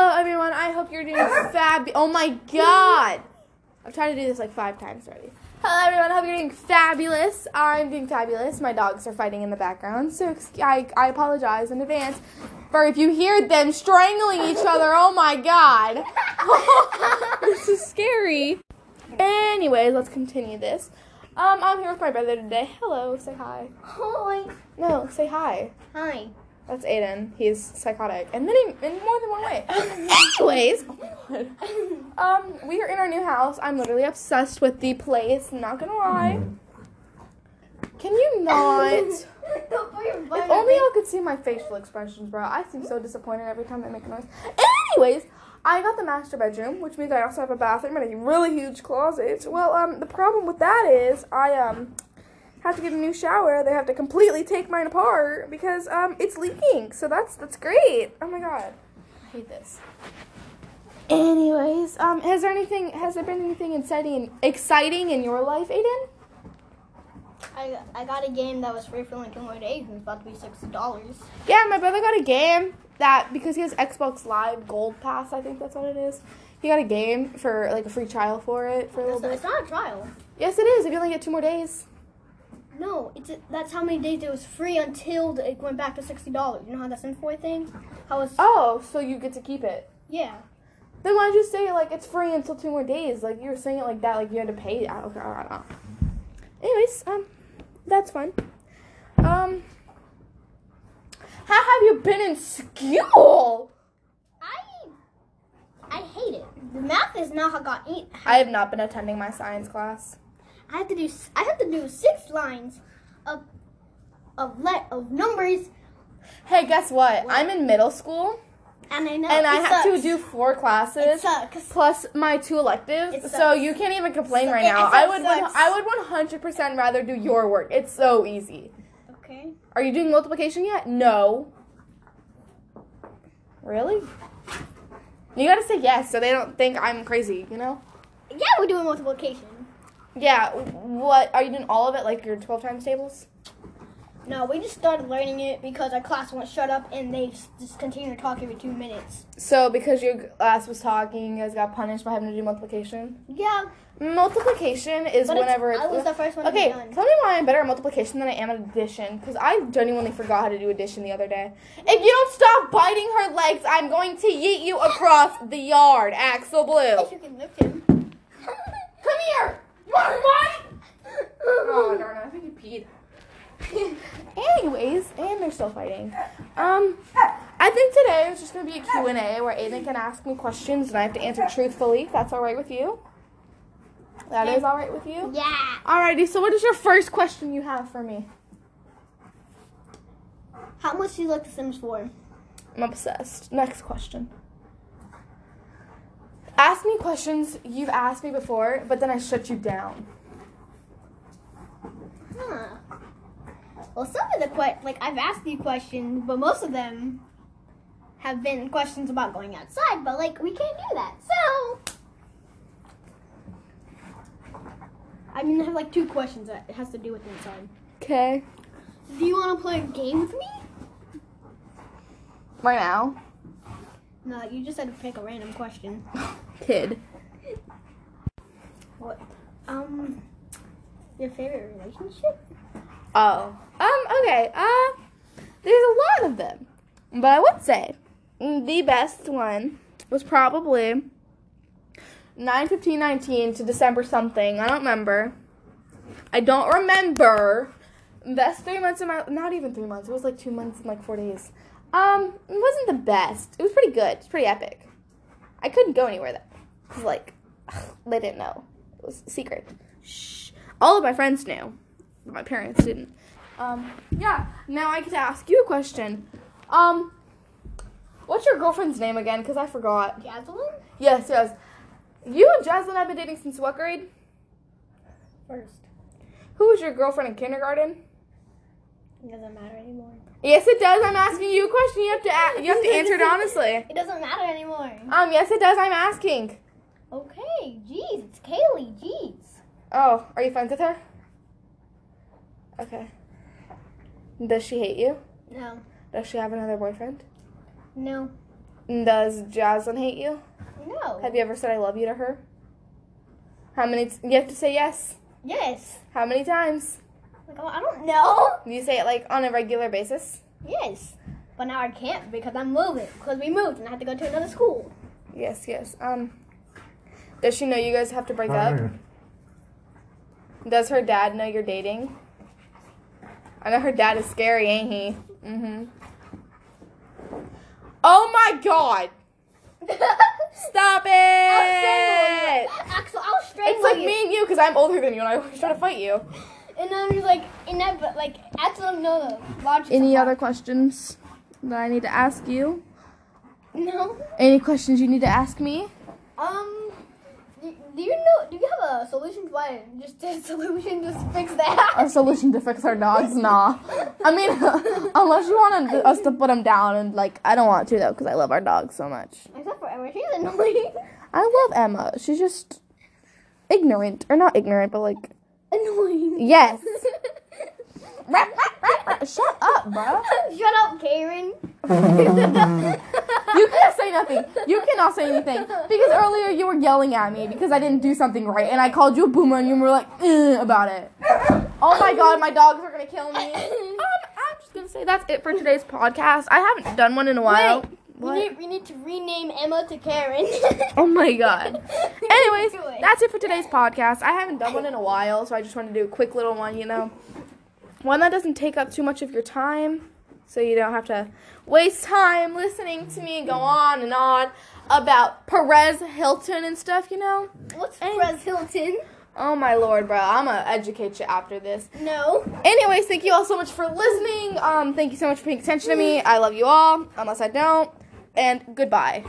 I hope you're doing fab. Oh my god! I've tried to do this like five times already. Hello, everyone. Hope you're doing fabulous. I'm doing fabulous. My dogs are fighting in the background, so ex- I, I apologize in advance for if you hear them strangling each other. Oh my god! this is scary. Anyways, let's continue this. Um, I'm here with my brother today. Hello, say hi. Hi. No, say hi. Hi. That's Aiden. He's psychotic, and many, in more than one way. Anyways, oh my god. Um, we are in our new house. I'm literally obsessed with the place. Not gonna lie. Can you not? Don't put your butt if on only me. y'all could see my facial expressions, bro. I seem so disappointed every time I make a noise. Anyways, I got the master bedroom, which means I also have a bathroom and a really huge closet. Well, um, the problem with that is I um have to get a new shower. They have to completely take mine apart because um it's leaking. So that's that's great. Oh my god, I hate this. Anyways, um, has there anything has there been anything exciting exciting in your life, Aiden? I, I got a game that was free for like one day. It was about to be sixty dollars. Yeah, my brother got a game that because he has Xbox Live Gold Pass, I think that's what it is. He got a game for like a free trial for it for a little It's bit. it's not a trial. Yes, it is. If you only get two more days. No, it's that's how many days it was free until it went back to sixty dollars. You know how that's in for thing? How it's Oh, so you get to keep it. yeah. Then why don't you say like it's free until two more days? Like you were saying it like that, like you had to pay. I don't, I don't know. Anyways, um, that's fun. Um, how have you been in school? I I hate it. The math is not how I got eat. I have not been attending my science class. I have to do s- I have to do six lines of of let of numbers, Hey, guess what? I'm in middle school. and I know and it I have to sucks. do four It classes sucks. plus my two It electives. sucks. So you can't even complain It right now. sucks. I would one, Sucks. I would one hundred percent rather do your work. It's so easy. Okay. Are you doing multiplication yet? No. Really? You gotta say yes so they don't think I'm crazy. You know? Yeah, we're doing multiplication. Yeah. What are you doing? All of it like your twelve times tables? No, we just started learning it because our class won't shut up and they s- just continue to talk every two minutes. So because your class was talking, you guys got punished by having to do multiplication. Yeah, Multiplication is but whenever it's, it's I was the first one Okay, to be done. tell me why I'm better at multiplication than I am at addition, because I genuinely forgot how to do addition the other day. If you don't stop biting her legs, I'm going to yeet you across the yard, Axel If Blue. you can lift him. Come here! You want to run? Oh, darn it, I think you peed. Anyways, and they're still fighting. Um, I think today is just going to be a Q&A where Aiden can ask me questions and I have to answer truthfully, if that's all right with you. That is all right with you? yeah. Alrighty, so what is your first question you have for me? How much do you like The Sims 4? I'm obsessed. Next question. Ask me questions you've asked me before, but then I shut you down. Huh. Well, some of the que- like I've asked you questions, but most of them have been questions about going outside. But like we can't do that, so. I mean, I have like two questions that has to do with inside. Okay. Do you want to play a game with me? Right now, No, you just had to pick a random question. kid. What? Um, your favorite relationship? Oh. Um. Okay. Uh, there's a lot of them, but I would say mm, the best one was probably 9-15-19 to December something. I don't remember. I don't remember. Best three months of my not even three months. It was like two months and like four days. Um, it wasn't the best. It was pretty good. It's pretty epic. I couldn't go anywhere though. 'Cause, like they didn't know. It was a secret. Shh. All of my friends knew, but my parents didn't. Um, yeah. Now I get to ask you a question. Um, what's your girlfriend's name again? Cause I forgot. Jasmine? Yes, yes. You and Jasmine have been dating since what grade? First. Who was your girlfriend in kindergarten? It doesn't matter anymore. Yes, it does. I'm asking you a question. You have to a- you have to answer it honestly. It doesn't matter anymore. Um, yes, it does. I'm asking. Okay, jeez, it's Kaylee, jeez. Oh, are you friends with her? Okay. Does she hate you? No, Does she have another boyfriend? no, Does Jasmine hate you? No. Have you ever said I love you to her? How many? T- you have to say yes. yes. How many times? Like, oh, I don't know. Do you say it like on a regular basis? Yes. But now I can't because I'm moving. Because we moved and I have to go to another school. Yes, yes. Um, does she know you guys have to break up? Does her dad know you're dating? I know her dad is scary, ain't he? Mm-hmm. Oh my god! Stop it! Axel, I'll strangle It's like you. me and you because I'm older than you and I always try to fight you. And then he's like, in that, but like, Axel, no, no. Logic. Any other questions that I need to ask you? No. Any questions you need to ask me? Um, do, do you know? Do you have a solution? Why just a solution? Just fix that. A solution to fix our dogs? Nah. I mean, unless you want us to put them down, and like, I don't want to though because I love our dogs so much. Except for Emma, she's annoying. I love Emma. She's just ignorant, or not ignorant, but like, Annoying. yes. Shut up, bro. Shut up, Karen. You can't say nothing. You cannot say anything because earlier you were yelling at me because I didn't do something right, and I called you a boomer, and you were like, "Ugh," about it. Oh my god, my dogs are gonna kill me. Um, I'm just gonna say that's it for today's podcast. I haven't done one in a while. Wait, What? We need, we need to rename Emma to Karen. Oh my god. Anyways, Do it. that's it for today's podcast. I haven't done one in a while, so I just wanted to do a quick little one, you know. One that doesn't take up too much of your time, so you don't have to waste time listening to me go on and on about Perez Hilton and stuff, you know? What's And- Perez Hilton? Oh my lord, bro. I'm gonna educate you after this. No. Anyways, thank you all so much for listening. Um, thank you so much for paying attention to me. I love you all, unless I don't. And goodbye.